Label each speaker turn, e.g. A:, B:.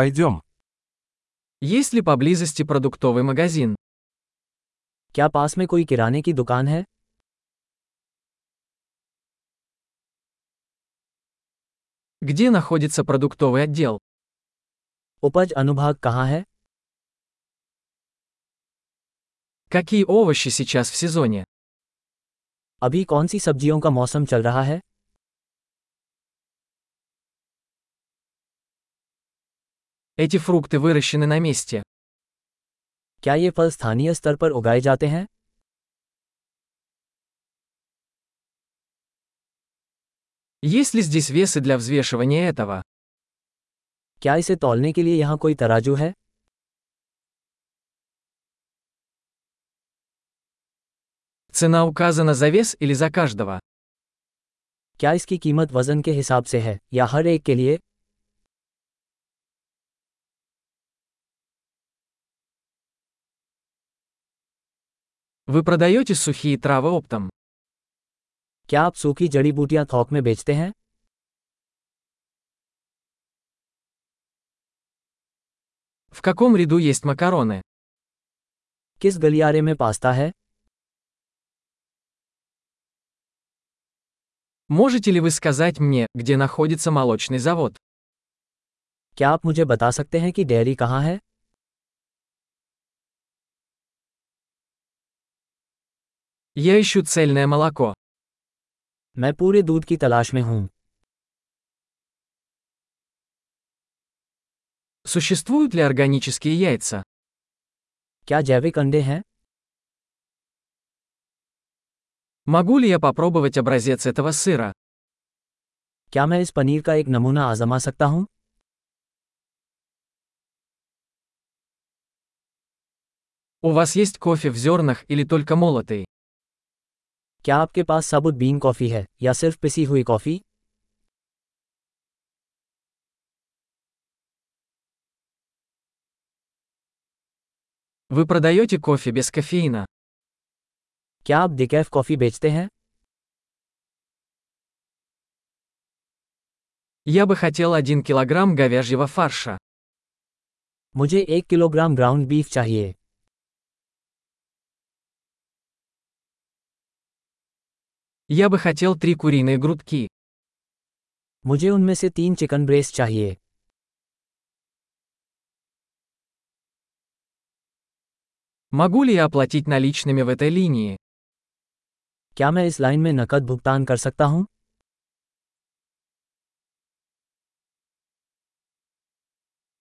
A: Пойдем.
B: Есть ли поблизости продуктовый магазин?
C: क्या पास में कोई किराने की दुकान है
B: Где находится продуктовый отдел?
C: उपज अनुभाग कहाँ है
B: Какие овощи сейчас в сезоне?
C: अभी कौन सी सब्जियों का मौसम चल रहा है
B: Эти фрукты выращены на месте.
C: क्या ये फल स्थानीय स्तर पर उगाए जाते हैं
B: Есть ли здесь весы для взвешивания этого?
C: क्या इसे तौलने के लिए यहाँ कोई तराजू है
B: Цена указана за вес или за каждого?
C: क्या इसकी कीमत वजन के हिसाब से है या हर एक के लिए
B: Вы продаете сухие травы оптом?
C: क्या आप सूखी जड़ी बूटियां थोक में बेचते हैं
B: В каком ряду есть макароны?
C: किस गलियारे में पास्ता है
B: Можете ли вы сказать мне, где находится молочный завод?
C: क्या आप मुझे बता सकते हैं कि डेयरी कहाँ है
B: Я ищу цельное молоко.
C: मैं पूरे दूध की तलाश में हूँ
B: Существуют ли органические яйца?
C: क्या जैविक अंडे हैं
B: Могу ли я попробовать образец этого сыра?
C: क्या मैं इस पनीर का एक नमूना आजमा सकता हूँ
B: У вас есть кофе в зернах или только молотый?
C: क्या आपके पास साबुत बीन कॉफ़ी है या सिर्फ पिसी हुई कॉफ़ी
B: Вы продаете кофе без кофеина?
C: क्या आप डिकैफ कॉफ़ी बेचते हैं
B: Я бы хотел 1 килограмм говяжьего фарша.
C: मुझे एक किलोग्राम ग्राउंड बीफ चाहिए
B: Я бы хотел 3 куриные грудки.
C: मुझे उनमें से तीन चिकन ब्रेस्ट चाहिए
B: Могу ли я оплатить наличными в этой линии?
C: क्या मैं इस लाइन में नकद भुगतान कर सकता हूँ